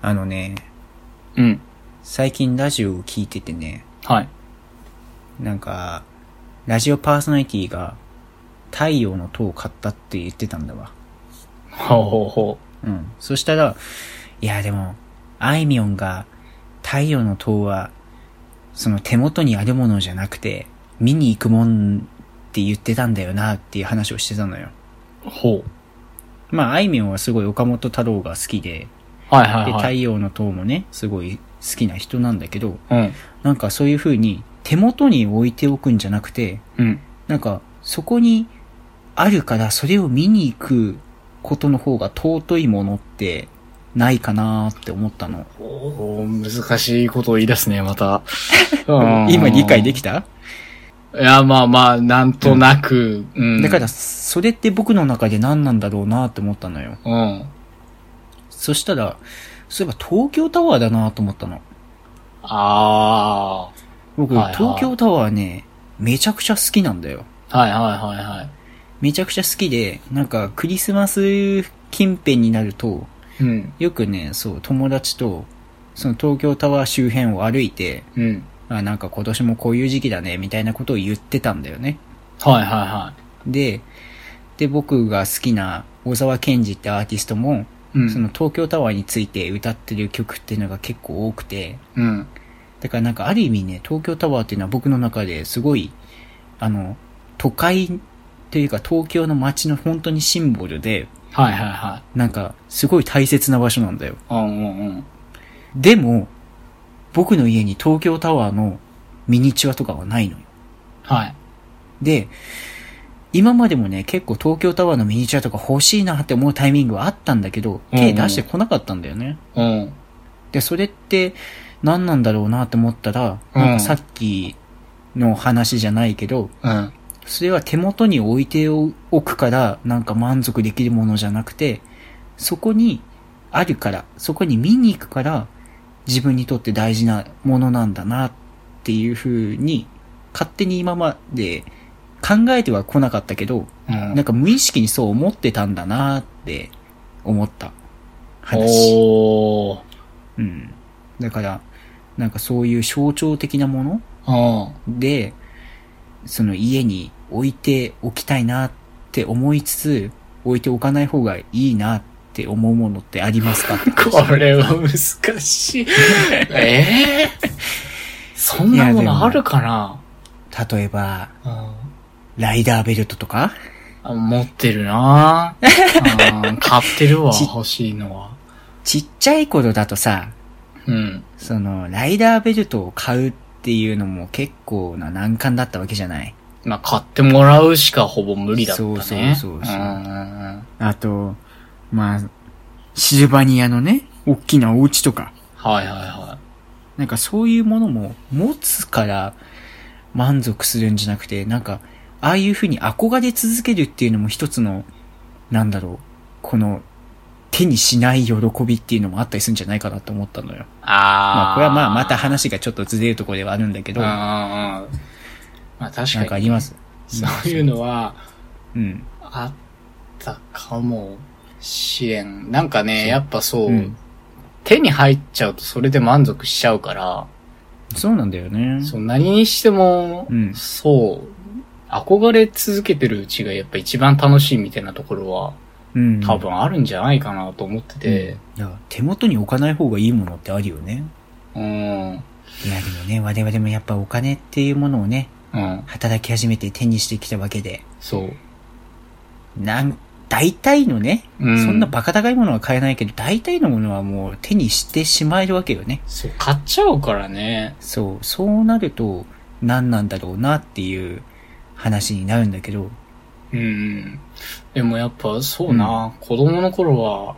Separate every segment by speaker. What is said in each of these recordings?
Speaker 1: あのね、
Speaker 2: うん。
Speaker 1: 最近ラジオを聞いててね、
Speaker 2: はい。
Speaker 1: なんか、ラジオパーソナリティが太陽の塔を買ったって言ってたんだわ。
Speaker 2: ほうほうほ
Speaker 1: うん。そしたら、いやでも、あいみょんが太陽の塔は、その手元にあるものじゃなくて、見に行くもんって言ってたんだよなっていう話をしてたのよ。
Speaker 2: う。ほ
Speaker 1: まあ、あいみょんはすごい岡本太郎が好きで、
Speaker 2: う。はいは
Speaker 1: で、
Speaker 2: いは
Speaker 1: 太
Speaker 2: い。
Speaker 1: 陽の塔もね、すごい好きな人なんだけど、
Speaker 2: うん。
Speaker 1: なんかそういう風に手元に置いておくんじゃなくて、
Speaker 2: うん。
Speaker 1: なんかそこにあるからそれを見に行くことの方が尊いものってないかなーって思ったの。
Speaker 2: おー難しいことを言い出すね、ま た。うん
Speaker 1: 今理解できた
Speaker 2: いや、まあまあ、なんとなく、うん。
Speaker 1: だか、らそれって僕の中で何なんだろうなーって思ったのよ。
Speaker 2: うん。
Speaker 1: そしたら、そういえば東京タワーだなーと思ったの。
Speaker 2: あ
Speaker 1: 僕、
Speaker 2: はいはい
Speaker 1: 東京タワーね、めちゃくちゃ好きなんだよ。
Speaker 2: ー。はいはいはいは
Speaker 1: めちゃくちゃ好きで、なんかクリスマス近辺になると、
Speaker 2: い。うん。
Speaker 1: よくね、そう、友達と、その東京タワー周辺を歩いて、
Speaker 2: うん。
Speaker 1: あなんか今年もこういう時期だね、みたいなことを言ってたんだよね。
Speaker 2: はいはいは
Speaker 1: で、で、僕が好きな小沢健二ってアーティストも、
Speaker 2: い。うん。
Speaker 1: その東京タワーについて歌ってる曲っていうのが結構多くて、
Speaker 2: うん。
Speaker 1: だからなんかある意味ね、東京タワーっていうのは僕の中ですごい、あの、都会というか東京の街の本当にシンボルで、
Speaker 2: はいはいは
Speaker 1: なんかすごい大切な場所なんだよ。
Speaker 2: い。うんうんうん。
Speaker 1: でも、僕の家に東京タワーのミニチュアとかはないのよ。
Speaker 2: はい。
Speaker 1: で、今までもね、結構東京タワーのミニチュアとか欲しいなって思うタイミングはあったんだけど、
Speaker 2: うん
Speaker 1: 手出してこなかったんだよね。
Speaker 2: うん。
Speaker 1: で、それって何なんだろうなって思ったら、
Speaker 2: うん
Speaker 1: なんかさっきの話じゃないけど、
Speaker 2: うん。
Speaker 1: それは手元に置いておくからなんか満足できるものじゃなくて、そこにあるから、そこに見に行くから自分にとって大事なものなんだなっていうふうに勝手に今まで考えては来なかったけど、
Speaker 2: うん
Speaker 1: なんか無意識にそう思ってたんだなって思った話。
Speaker 2: おー。
Speaker 1: うん。だから、なんかそういう象徴的なもの
Speaker 2: うん。
Speaker 1: で、その家に置いておきたいなって思いつつ、置いておかない方がいいなって思うものってありますか
Speaker 2: これは難しい。ええそんなも
Speaker 1: いやで
Speaker 2: の
Speaker 1: も
Speaker 2: あるかな、
Speaker 1: 例えば、
Speaker 2: う
Speaker 1: ライダーベルトとか
Speaker 2: ん、持ってるなうん買ってるわ、
Speaker 1: ち
Speaker 2: 欲しいのは。
Speaker 1: ちっちゃい頃だとさ、
Speaker 2: うん。
Speaker 1: その、ライダーベルトを買うっていうのも結構な難関だったわけじゃない。
Speaker 2: まあ、買ってもらうしかほぼ無理だったね。
Speaker 1: そうそうそうそうん
Speaker 2: んうん
Speaker 1: あと、まあ、シルバニアのね、大きなお家とか。
Speaker 2: はいはいは
Speaker 1: なんかそういうものも持つから満足するんじゃなくて、なんか、ああいう風に憧れ続けるっていうのも一つの、なんだろう、この、手にしない喜びっていうのもあったりするんじゃないかなと思ったのよ。
Speaker 2: い。あ
Speaker 1: まあ
Speaker 2: あ。
Speaker 1: これはまあまた話がちょっとずれるところではあるんだけど、な
Speaker 2: うんうんうん。まあ確か
Speaker 1: ん
Speaker 2: に。
Speaker 1: かあります。
Speaker 2: そういうのは、
Speaker 1: うん。
Speaker 2: あったかもしれん。なんか
Speaker 1: そ
Speaker 2: ね、
Speaker 1: う
Speaker 2: やっぱそう、
Speaker 1: うん
Speaker 2: 手に入っちゃうとそれで満足しちゃうから、
Speaker 1: そうなんだよね。
Speaker 2: そう何にしても、
Speaker 1: うん
Speaker 2: そう、憧れ続けてるうちがやっぱ一番楽しいみたいなところは
Speaker 1: うん。
Speaker 2: 多分あるんじゃないかなと思ってて、
Speaker 1: いや、手元に置かない方がいいものってあるよね。
Speaker 2: うん、うん、
Speaker 1: いや、でもね、我々もやっぱお金っていうものをね、働き始めて手にしてきたわけで。
Speaker 2: そう。
Speaker 1: なん、大体のね、
Speaker 2: うん
Speaker 1: そんなバカ高いものは買えないけど、大体のものはもう手にしてしまえるわけよね。
Speaker 2: そう、買っちゃうからね。
Speaker 1: そう、そうなると、何なんだろうなっていう話になるんだけど、
Speaker 2: うん。でもやっぱそうな、子供の頃は、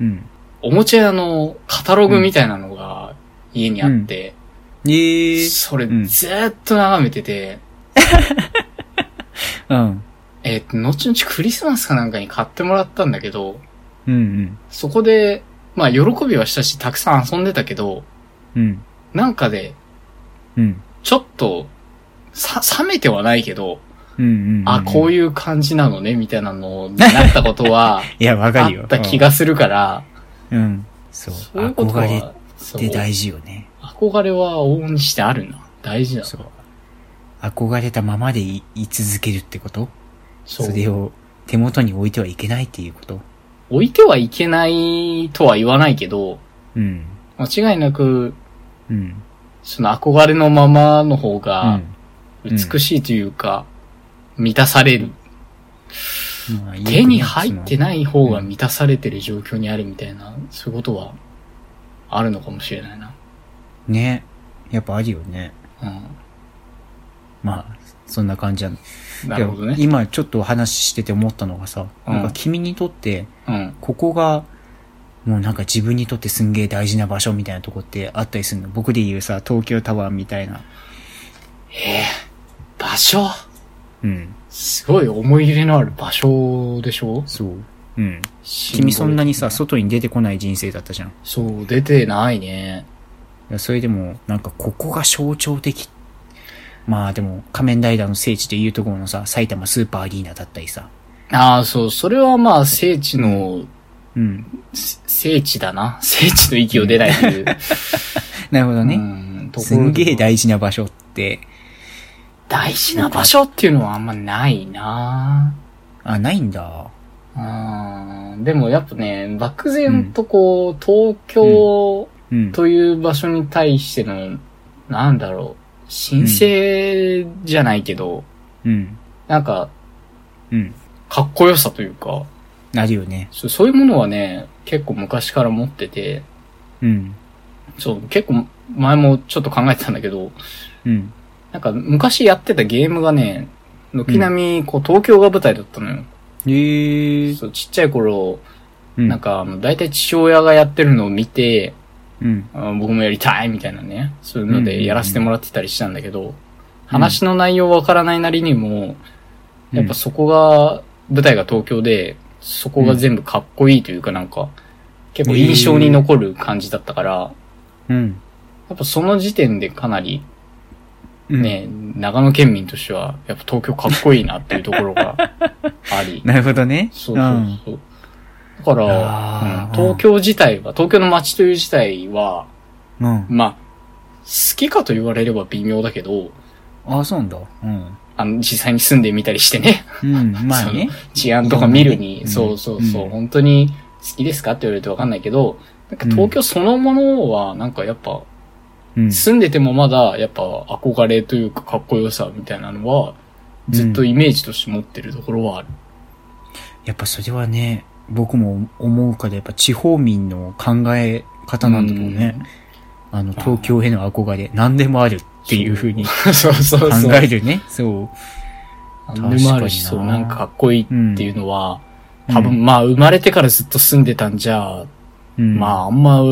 Speaker 1: うん。
Speaker 2: おもちゃ屋のカタログみたいなのが家にあって、
Speaker 1: えー、
Speaker 2: それ、
Speaker 1: うん
Speaker 2: ずーっと眺めてて、
Speaker 1: うん。
Speaker 2: えっ、と、後々クリスマスかなんかに買ってもらったんだけど、
Speaker 1: うんうん。
Speaker 2: そこで、まあ、喜びはしたし、たくさん遊んでたけど、
Speaker 1: うん。
Speaker 2: なんかで、
Speaker 1: うん。
Speaker 2: ちょっと、さ、冷めてはないけど、
Speaker 1: うんうんうん。
Speaker 2: あ、こう
Speaker 1: い
Speaker 2: いう感じなのね、みたいなのになったことは、
Speaker 1: う。いや、わ
Speaker 2: あ
Speaker 1: かるよ。
Speaker 2: った気がするから、
Speaker 1: うん。そう。
Speaker 2: そういうこと
Speaker 1: 憧れっ
Speaker 2: は、そう
Speaker 1: て大事よね。
Speaker 2: 憧れは往々にしてあるな。大事だ。
Speaker 1: そう。憧れたままでいい続けるってこと
Speaker 2: そ
Speaker 1: そうれを手元に置いてはいけないっていうこと
Speaker 2: 置いてはいけないとは言わないけど、
Speaker 1: うん。
Speaker 2: 間違いなく、
Speaker 1: うん。
Speaker 2: その憧れのままの方
Speaker 1: う
Speaker 2: が
Speaker 1: ん
Speaker 2: 美しいというか、満たされる。
Speaker 1: まあよくね
Speaker 2: 手に入ってない方が
Speaker 1: その
Speaker 2: 満たされてる状況にあるみたいな、そういうことはあるのかもしれないな。
Speaker 1: うんね。やっぱあるよね。
Speaker 2: う
Speaker 1: まあ、そんな感じなん
Speaker 2: ん。なるほどね。
Speaker 1: 今ちょっとお話ししてて思ったのがさ、
Speaker 2: うん
Speaker 1: なんか君にとって、
Speaker 2: うん。
Speaker 1: ここが、もうなんか自分にとってすんげえ大事な場所みたいなとこってあったりするの僕で言うさ、東京タワーみたいな。
Speaker 2: えー、場所
Speaker 1: うん。
Speaker 2: すごい思い入れのある場所でしょ
Speaker 1: そう。うん。君そんなにさ、外に出てこない人生だったじゃん。い
Speaker 2: そう、出てないね。
Speaker 1: やそれでも、なんかここが象徴的。まあでも、仮面ライダーの聖地でいうところのさ、埼玉スーパーアリーナだったりさ。
Speaker 2: ああ、そう、それはまあ、聖地の、
Speaker 1: うん。
Speaker 2: せ聖地だな。聖地の域を出ないという。
Speaker 1: なるほど
Speaker 2: う
Speaker 1: ね。
Speaker 2: ん、とこ
Speaker 1: す
Speaker 2: ろ
Speaker 1: んげえ
Speaker 2: で
Speaker 1: 大事な場所って、
Speaker 2: 大事な場所っていうのはあんまないな
Speaker 1: あ、ないんだ。
Speaker 2: うん。でもやっぱね、漠然とこう、東京
Speaker 1: うん。
Speaker 2: という場所に対しての、なんだろう、神聖じゃないけど、
Speaker 1: うん。
Speaker 2: なんか、
Speaker 1: うん。
Speaker 2: かっこよさというか、
Speaker 1: なるよね。
Speaker 2: そうそういうものはね、結構昔から持ってて、
Speaker 1: うん。
Speaker 2: そう、結構前もちょっと考えてたんだけど、
Speaker 1: うん。
Speaker 2: なんか昔やってたゲームがね、軒並みこう東京が舞台だったのよ。
Speaker 1: ええ。
Speaker 2: そうちっちゃい頃、
Speaker 1: うん
Speaker 2: なんかあの大体父親がやってるのを見て、
Speaker 1: うん。
Speaker 2: あ僕もやりたいみたいなね、そういうの
Speaker 1: うんうんう
Speaker 2: で
Speaker 1: ん
Speaker 2: やらせてもらってたりしたんだけど、話の内容わからないなりにも、やっぱそこが、舞台が東京で、そこが全部かっこいいというかなんか、結構印象に残る感じだったから、
Speaker 1: うん。
Speaker 2: やっぱその時点でかなり
Speaker 1: うん。
Speaker 2: ね、長野県民としては、やっぱ東京かっこいいなっていうとこ ろがあり。
Speaker 1: なるほどね。
Speaker 2: そうそうそう。だから、
Speaker 1: あー
Speaker 2: うん東京自体は、東京の街という自体は、
Speaker 1: うん。うん。
Speaker 2: まあ、好きかと言われれば微妙だけど、
Speaker 1: ああ、そうなんだ。うん。
Speaker 2: あの、実際に住んでみたりし てね、
Speaker 1: うん。 まあね。
Speaker 2: 治安とか見るに、
Speaker 1: うん
Speaker 2: そうそうそう、
Speaker 1: うん
Speaker 2: 本当に好きですかって言われるとわかんないけど、なんか東京そのものは、なんかやっぱ、
Speaker 1: うん。
Speaker 2: 住んでてもまだ、やっぱ憧れというかかっこよさみたいなのは、ずっとイメージとして持ってるところはある。
Speaker 1: やっぱそれはね、僕も思うから、やっぱ地方民の考え方なんだろうね。あの、東京への憧れ、何でもあるっていう風に考
Speaker 2: うん。 そうそうそう。
Speaker 1: えるね。そう。
Speaker 2: 何でもあるし、
Speaker 1: 確
Speaker 2: そう、
Speaker 1: かにな
Speaker 2: なんかかっこいいっていうのは、
Speaker 1: うん
Speaker 2: 多
Speaker 1: う
Speaker 2: 分まあ生まれてからずっと住んでたんじゃ、
Speaker 1: うん
Speaker 2: まああんま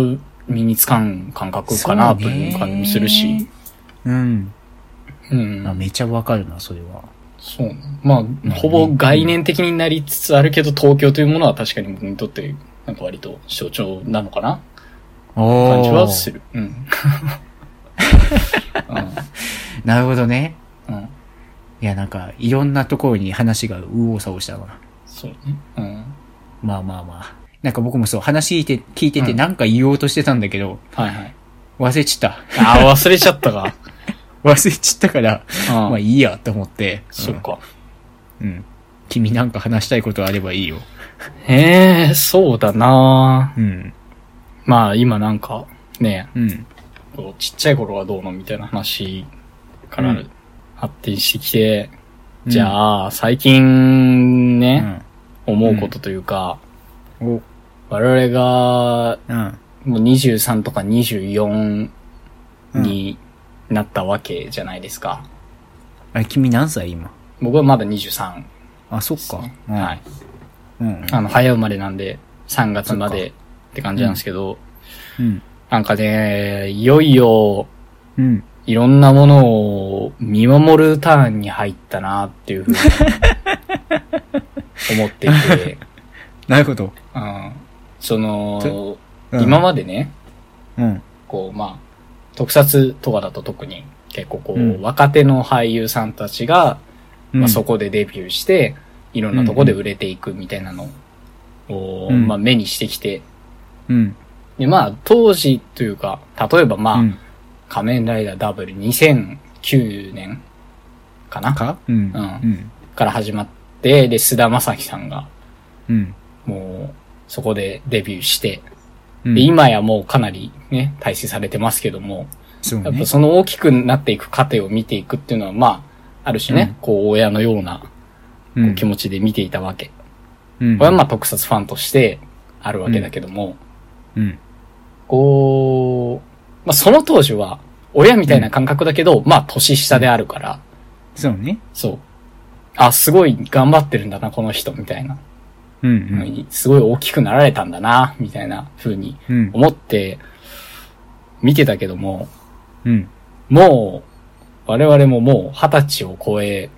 Speaker 2: 身につかん感覚かなという感じもするし。。
Speaker 1: そうねうん。
Speaker 2: うん
Speaker 1: まあ、。めちゃわかるな、それは。
Speaker 2: そうね。まあ、ほぼ概念的になりつつあるけど、東京というものは確かに僕にとって、なんか割と象徴なのかな感じはする。うん。
Speaker 1: なるほどね。
Speaker 2: うん。うん。
Speaker 1: いや、なんか、いろんなところに話が右往左往したな。
Speaker 2: そうね。うん。
Speaker 1: まあまあまあ。なんか僕もそう、話聞いて、聞いてて
Speaker 2: うん
Speaker 1: なんか言おうとしてたんだけど、
Speaker 2: は いはい。
Speaker 1: 忘れちった。
Speaker 2: ああ、忘れちゃったか。
Speaker 1: 忘れちったから、
Speaker 2: うん
Speaker 1: まあいいやと思って。
Speaker 2: そっか。
Speaker 1: うん。うん。君なんか話したいことあればいいよ。
Speaker 2: ええそうだな
Speaker 1: うん。
Speaker 2: まあ今なんか、ね、
Speaker 1: うん。
Speaker 2: こうちっちゃい頃はどうのみたいな話から
Speaker 1: うん
Speaker 2: 発展してきて、じゃあ最近
Speaker 1: う
Speaker 2: ね、
Speaker 1: ん。
Speaker 2: 思うことというか、
Speaker 1: お、
Speaker 2: 我々が
Speaker 1: うん。
Speaker 2: もう23とか24
Speaker 1: うん
Speaker 2: になったわけじゃないですか。
Speaker 1: あ、君何歳今
Speaker 2: 僕はまだ23
Speaker 1: あ、そっ
Speaker 2: です
Speaker 1: か
Speaker 2: ね。。
Speaker 1: うん
Speaker 2: はい。。
Speaker 1: うん。
Speaker 2: あの、早生まれなんで、3月までって感じなんですけど、
Speaker 1: うん。
Speaker 2: なんかね、いよいよ、
Speaker 1: うん。
Speaker 2: いろんなものを見守るターンに入ったなっていうふう に思っていて、
Speaker 1: なるほど。
Speaker 2: うん、その、
Speaker 1: うん
Speaker 2: 今までね、
Speaker 1: うん。
Speaker 2: こう、まあ、特撮とかだと特に結構こう、
Speaker 1: うん
Speaker 2: 若手の俳優さんたちが、
Speaker 1: うん
Speaker 2: まあ、そこでデビューして、いろんなとこで売れていくみたいなのを、
Speaker 1: うん
Speaker 2: まあ、目にしてきて、
Speaker 1: うん。
Speaker 2: で、まあ、当時というか、例えばまあ、
Speaker 1: うん
Speaker 2: 仮面ライダー W2009 年かな
Speaker 1: かうん。
Speaker 2: う
Speaker 1: うんん。
Speaker 2: から始まって、で、菅田正樹さんが、
Speaker 1: うん。
Speaker 2: もう、そこでデビューして、
Speaker 1: うん
Speaker 2: で、、今やもうかなりね、大成されてますけども、
Speaker 1: そう
Speaker 2: やっ
Speaker 1: ね
Speaker 2: ぱ。その大きくなっていく過程を見ていくっていうのは、まあ、ある種ね、こう、親のような
Speaker 1: う
Speaker 2: こ
Speaker 1: ん
Speaker 2: う気持ちで見ていたわけ。
Speaker 1: うん
Speaker 2: これはまあ特撮ファンとしてあるわけだけども、
Speaker 1: うん。
Speaker 2: こう、まあその当時は、親みたいな感覚だけど、まあ年下であるから、
Speaker 1: そうね。
Speaker 2: そう。あ、すごい頑張ってるんだな、この人、みたいな。
Speaker 1: うん
Speaker 2: すごい大きくなられたんだな、みたいな風に
Speaker 1: うん。うん。
Speaker 2: 思って見てたけども、
Speaker 1: うん。
Speaker 2: もう、我々ももう二十歳を 超え、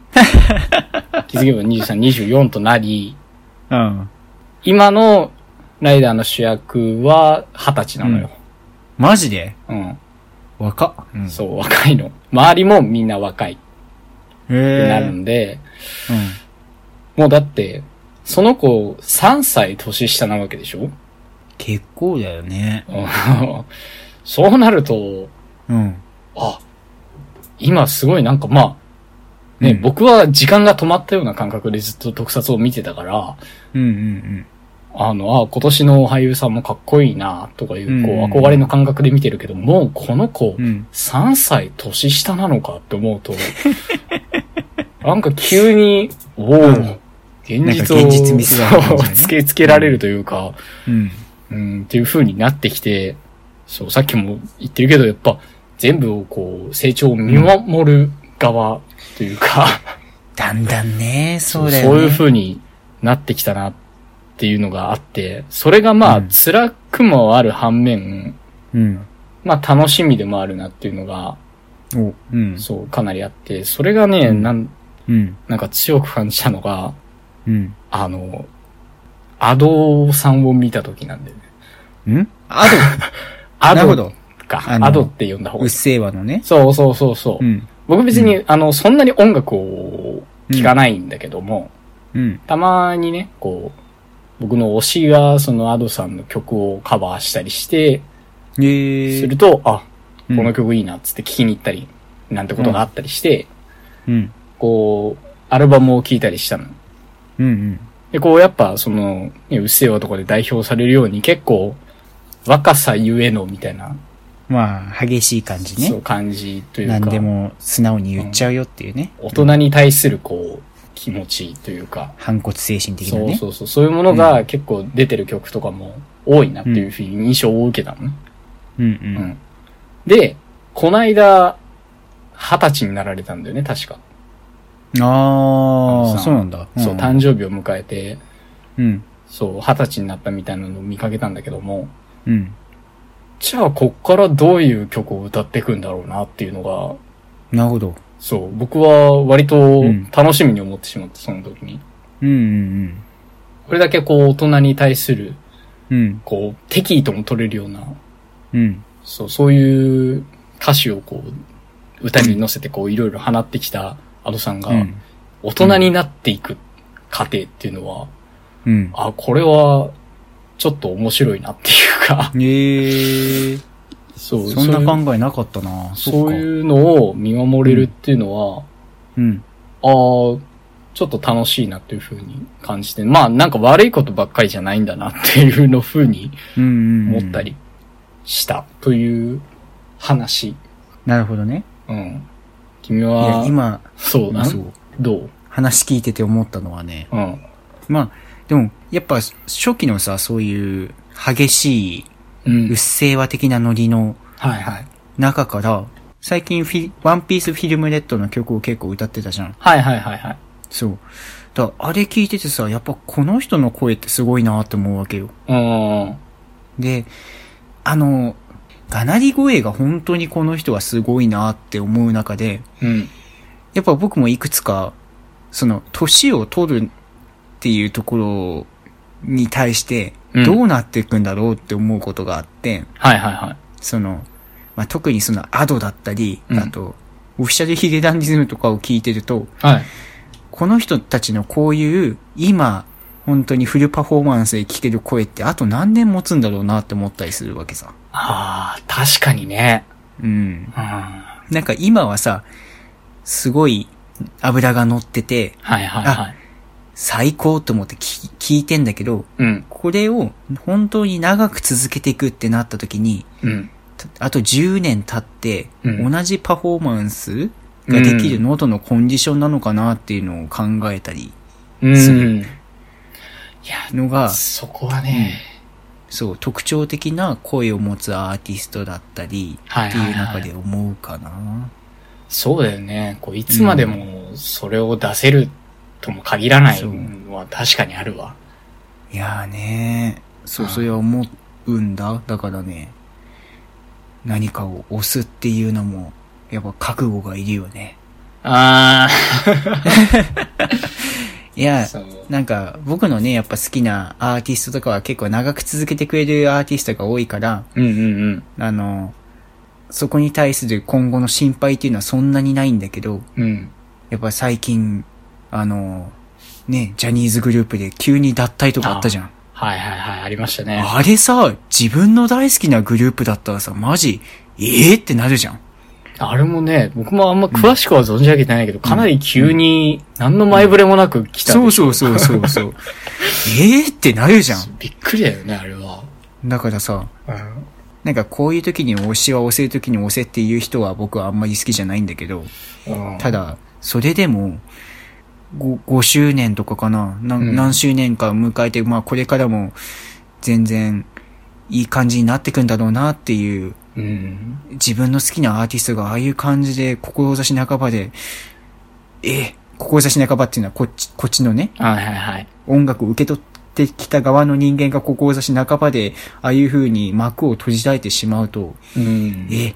Speaker 2: 気づけば23、24となり、
Speaker 1: ああ。
Speaker 2: 今のライダーの主役は二十歳なのよ。
Speaker 1: マジで
Speaker 2: うん。
Speaker 1: 若っ。うん
Speaker 2: そう、若いの。周りもみんな若いっ
Speaker 1: へ
Speaker 2: てなる
Speaker 1: え。
Speaker 2: んで、
Speaker 1: うん。
Speaker 2: もうだって、その子3歳年下なわけでしょ、
Speaker 1: 結構だよね。
Speaker 2: うんそうなると、
Speaker 1: うん。
Speaker 2: あ、今すごいなんかまあ、ね、
Speaker 1: うん
Speaker 2: 僕は時間が止まったような感覚でずっと特撮を見てたから、
Speaker 1: うんうん
Speaker 2: あの、あ、今年の俳優さんもかっこいいな、とかいう、こ
Speaker 1: うんうんうん
Speaker 2: う、憧れの感覚で見てるけど、もうこの子
Speaker 1: う、ん。うん。
Speaker 2: 3歳年下なのかって 思うと、なんか急に、おお、
Speaker 1: うん
Speaker 2: 現実を、
Speaker 1: なんか現実見せられる感じだね
Speaker 2: そうつけつけられるというか、
Speaker 1: うん。
Speaker 2: うん、っていう風になってきて、そう、さっきも言ってるけど、やっぱ、全部をこう、成長を見守る側というか、
Speaker 1: だんだんね、そう
Speaker 2: そ
Speaker 1: だ
Speaker 2: う
Speaker 1: よね。
Speaker 2: いう風になってきたなっていうのがあって、それがまあ、
Speaker 1: うん
Speaker 2: 辛くもある反面、
Speaker 1: うん。
Speaker 2: まあ楽しみでもあるなっていうのが、
Speaker 1: お、うん。
Speaker 2: そう、かなりあって、それがね、
Speaker 1: うん
Speaker 2: なん、
Speaker 1: うん。
Speaker 2: なんか強く感じたのが、
Speaker 1: うん。
Speaker 2: あの、アドさんを見た時なんだよね。
Speaker 1: んア ド
Speaker 2: ア
Speaker 1: なるほ
Speaker 2: ド
Speaker 1: ど。
Speaker 2: か。
Speaker 1: あの
Speaker 2: アドって呼んだ方
Speaker 1: う
Speaker 2: が
Speaker 1: っ
Speaker 2: いい。
Speaker 1: せぇわのね。
Speaker 2: そうそうそうそう。
Speaker 1: うん。
Speaker 2: 僕別に、あの、そんなに音楽を聴かないんだけども、
Speaker 1: うん。
Speaker 2: たまにね、こう、僕の推しがそのアドさんの曲をカバーしたりして、
Speaker 1: えー。
Speaker 2: すると、あ、
Speaker 1: うん
Speaker 2: この曲いいなっつって聴きに行ったり、なんてことがあったりして、
Speaker 1: うん。
Speaker 2: こう、アルバムを聴いたりしたの。
Speaker 1: うんうん。
Speaker 2: で、こうやっぱその、ね、うっせぇわとかで代表されるように結構、若さゆえのみたいな、
Speaker 1: まあ、激しい感じ
Speaker 2: そ
Speaker 1: ね
Speaker 2: う。感じというか、
Speaker 1: 何でも素直に言っちゃうよっていうね。
Speaker 2: 大人に対するこう、気持ちというか、
Speaker 1: 反骨精神的なね。
Speaker 2: そうそうそう。そういうものが結構出てる曲とかも多いなっていうふうに印象を受けたのね。
Speaker 1: うん
Speaker 2: うん。
Speaker 1: うん。
Speaker 2: で、こないだ、二十歳になられたんだよね、確か。あ
Speaker 1: あ
Speaker 2: の
Speaker 1: あ、
Speaker 2: さ
Speaker 1: そうなんだ。
Speaker 2: そう、誕生日を迎えて、
Speaker 1: うん。
Speaker 2: そう、二十歳になったみたいなのを見かけたんだけども、
Speaker 1: うん。
Speaker 2: じゃあこっからどういう曲を歌っていくんだろうなっていうのが、
Speaker 1: なるほど。
Speaker 2: そう、僕は割と
Speaker 1: うん
Speaker 2: 楽しみに思ってしまった、その時に。
Speaker 1: うんうん
Speaker 2: これだけこう大人に対する、
Speaker 1: うん。うん。
Speaker 2: こう、敵意とも取れるような
Speaker 1: うん。
Speaker 2: そう、そういう歌詞をこう、歌に乗せてこう、いろいろ放ってきたアドさんが
Speaker 1: う、ん。
Speaker 2: 大人になっていく過程っていうのは、
Speaker 1: うん。
Speaker 2: あ、これは、ちょっと面白いなっていうか、
Speaker 1: ええー。
Speaker 2: そ う、
Speaker 1: そんな
Speaker 2: 感
Speaker 1: 考えなかったな。
Speaker 2: そ
Speaker 1: っ
Speaker 2: う
Speaker 1: か
Speaker 2: いうのを見守れるっていうのは、
Speaker 1: うん。
Speaker 2: ああ、ちょっと楽しいなっていうふうに感じて、まあなんか悪いことばっかりじゃないんだなっていうのふうに
Speaker 1: うんうん。うん
Speaker 2: 思った。りしたという話。
Speaker 1: なるほどね。
Speaker 2: うん。君
Speaker 1: いや
Speaker 2: は、、
Speaker 1: 今、
Speaker 2: そうな、
Speaker 1: そう。
Speaker 2: どう
Speaker 1: 話聞いてて思ったのはね。
Speaker 2: うん。
Speaker 1: まあ、でも、やっぱ、初期のさ、そういう、激しい、
Speaker 2: うん
Speaker 1: うっ。せぇわ的なノリの
Speaker 2: はいはい。
Speaker 1: 中から、最近フィ、ワンピースフィルムレッドの曲を結構歌ってたじゃん。
Speaker 2: はいはいはいはい。
Speaker 1: そう。だからあれ聞いててさ、やっぱこの人の声ってすごいなって思うわけよ。
Speaker 2: うーん。
Speaker 1: で、あの、がなり声が本当にこの人はすごいなって思う中で、
Speaker 2: うん。
Speaker 1: やっぱ僕もいくつか、その、年を取るっていうところに対して
Speaker 2: うん、
Speaker 1: どうなっていくんだろうって思うことがあって、
Speaker 2: はいはいはい。
Speaker 1: その、まあ、特にそのアドだったり、
Speaker 2: うん
Speaker 1: あと、オフィシャルヒゲダンディズムとかを聞いてると、
Speaker 2: はい。
Speaker 1: この人たちのこういう、今、本当にフルパフォーマンスで聴ける声ってあと何年持つんだろうなって思ったりするわけさ。
Speaker 2: ああ、確かにね。
Speaker 1: うん。
Speaker 2: うん。は
Speaker 1: なんか今はさ、すごい油が乗ってて、
Speaker 2: いはいはい。
Speaker 1: 最高と思って聞聞いてんだけど、
Speaker 2: うん。
Speaker 1: これを本当に長く続けていくってなった時に、
Speaker 2: うん。
Speaker 1: たあと10年経って、
Speaker 2: うん
Speaker 1: 同じパフォーマンスができる喉のコンディションなのかなっていうのを考えたり
Speaker 2: うん。
Speaker 1: す
Speaker 2: いや、
Speaker 1: のが、
Speaker 2: そこはね、
Speaker 1: そう、特徴的な声を持つアーティストだったり、
Speaker 2: はい
Speaker 1: って
Speaker 2: はい
Speaker 1: いう
Speaker 2: は
Speaker 1: 中
Speaker 2: い
Speaker 1: で思うかな。
Speaker 2: そうだよね。こういつまでもそれを出せるとも限らないのは確かにあるわ。
Speaker 1: いやーねそう、
Speaker 2: うん
Speaker 1: それは思うんだ。だからね、何かを押すっていうのも、やっぱ覚悟がいるよね。
Speaker 2: あ
Speaker 1: いや
Speaker 2: あ、、 そう。
Speaker 1: なんか僕のね、やっぱ好きなアーティストとかは結構長く続けてくれるアーティストが多いから、
Speaker 2: うんうんうん。
Speaker 1: あの、そこに対する今後の心配っていうのはそんなにないんだけど、
Speaker 2: うん。
Speaker 1: やっぱ最近、あの、ね、ジャニーズグループで急に脱退とかあったじゃん。
Speaker 2: はいはいはい、ありましたね。
Speaker 1: あれさ、自分の大好きなグループだったらさ、マジ、ええってなるじゃん。
Speaker 2: あれもね、僕もあんま詳しくは存じ上げてないけど、かなり急に何の前触れもなく来た
Speaker 1: そう
Speaker 2: し
Speaker 1: そうそうそうそう。 ええってなるじゃん。
Speaker 2: びっくりだよね、あれは。
Speaker 1: だからさ、
Speaker 2: うん。
Speaker 1: なんかこういう時に推しは押せる時に押せっていう人は僕はあんまり好きじゃないんだけど、
Speaker 2: うん
Speaker 1: ただ、それでも、ご 5, 周年とかかなな、
Speaker 2: うん
Speaker 1: 何周年か迎えて、まあこれからも全然いい感じになってくんだろうなっていう、
Speaker 2: うん。
Speaker 1: 自分の好きなアーティストがああいう感じで、志半ばで、え、志半ばっていうのはこっち、こっちのね、
Speaker 2: はいはいはい。
Speaker 1: 音楽を受け取ってきた側の人間が志半ばで、ああいう風に幕を閉じられてしまうと、
Speaker 2: うん。
Speaker 1: え、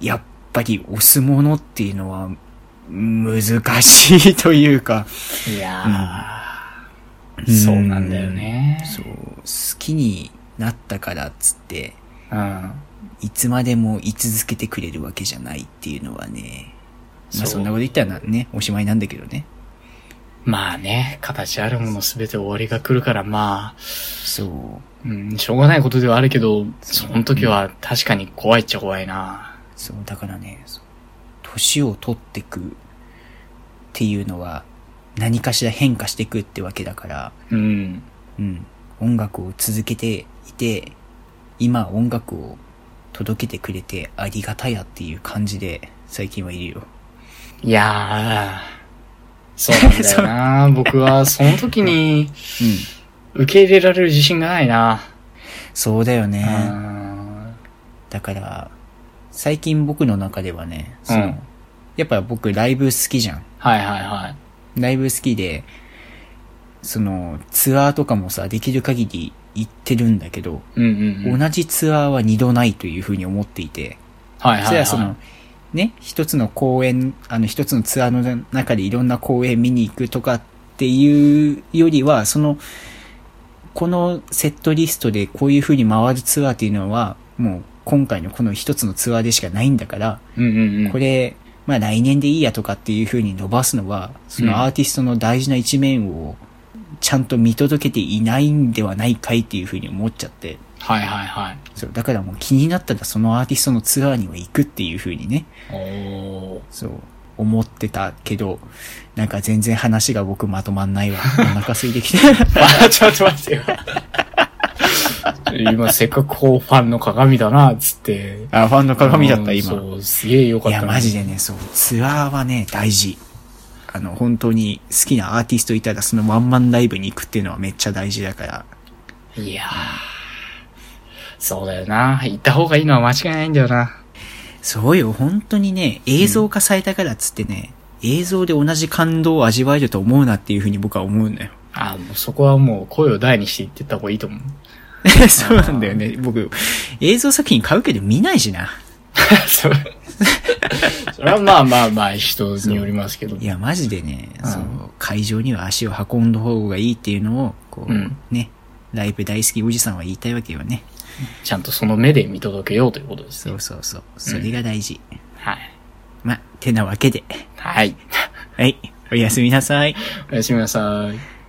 Speaker 1: やっぱり押すものっていうのは難しいというか、
Speaker 2: いや
Speaker 1: う
Speaker 2: ー、
Speaker 1: ん
Speaker 2: そうなんだよね。
Speaker 1: そう、好きになったからっつって、
Speaker 2: うん。
Speaker 1: いつまでも居続けてくれるわけじゃないっていうのはね、まあ
Speaker 2: そう
Speaker 1: そんなこと言ったらね、おしまいなんだけどね。
Speaker 2: まあね、形あるものすべて終わりが来るから、まあ、
Speaker 1: そう。
Speaker 2: うん、しょうがないことではあるけど、その時は確かに怖いっちゃ怖いな。
Speaker 1: そう、だからね、そう年を取ってくっていうのは何かしら変化していくってわけだから、
Speaker 2: うん。
Speaker 1: うん、音楽を続けていて、今音楽を届けてくれてありがたやっていう感じで最近はいるよ。
Speaker 2: いやー、 そうなんだよな。僕はその時に
Speaker 1: うん。
Speaker 2: 受け入れられる自信がないな。
Speaker 1: そうだよ
Speaker 2: う
Speaker 1: ね。
Speaker 2: ん。
Speaker 1: だから、最近僕の中ではね、その、
Speaker 2: うん
Speaker 1: やっぱ僕ライブ好きじゃん。
Speaker 2: はいはいはい。
Speaker 1: ライブ好きで、その、ツアーとかもさ、できる限り行ってるんだけど、
Speaker 2: うんうんうん。
Speaker 1: 同じツアーは二度ないというふうに思っていて、
Speaker 2: はいはい、はい。
Speaker 1: それはその、ね、一つの公演、あの一つのツアーの中でいろんな公演見に行くとかっていうよりは、その、このセットリストでこういう風に回るツアーっていうのは、もう今回のこの一つのツアーでしかないんだから、
Speaker 2: うんうんうん。
Speaker 1: これ、まあ来年でいいやとかっていう風に伸ばすのは、そのアーティストの大事な一面をちゃんと見届けていないんではないかいっていう風に思っちゃって、
Speaker 2: はいはいはい。
Speaker 1: そう、だからもう気になったらそのアーティストのツアーには行くっていう風にね、
Speaker 2: おー。
Speaker 1: そう、思ってたけど、なんか全然話が僕まとまん ないわ。お腹空いてきて。
Speaker 2: あ、ちょっと待ってよ。 今、せっかくこう、ファンの鏡だな、つって。
Speaker 1: あ、ファンの鏡だった、
Speaker 2: そ
Speaker 1: 今。
Speaker 2: う、すげえよか
Speaker 1: い
Speaker 2: ったな。
Speaker 1: や、マジでね、そう、ツアーはね、大事。あの、本当に好きなアーティストいたら、そのワンマンライブに行くっていうのはめっちゃ大事だから。
Speaker 2: いやー。そうだよな。行った方がいいのは間違いないんだよな。
Speaker 1: そうよ、本当にね、映像化されたからっつってね、映像で同じ感動を味わえると思うなっていうふうに僕は思うのよ。
Speaker 2: あもうそこはもう声を大にして言ってった方がいいと思う。
Speaker 1: そうなんだよね。僕、映像作品買うけど見ないしな。
Speaker 2: それそれはまあまあまあ人によりますけど。
Speaker 1: いや、マジでね、
Speaker 2: うん
Speaker 1: そう、会場には足を運んだ方がいいっていうのを、こう、
Speaker 2: うん
Speaker 1: ね、ライブ大好きおじさんは言いたいわけよね。
Speaker 2: ちゃんとその目で見届けようということです
Speaker 1: そ
Speaker 2: ね
Speaker 1: う。そうそう。それが大事。
Speaker 2: はい。
Speaker 1: ま、てなわけで。
Speaker 2: はい。
Speaker 1: はい。おやすみなさい。
Speaker 2: おやすみなさい。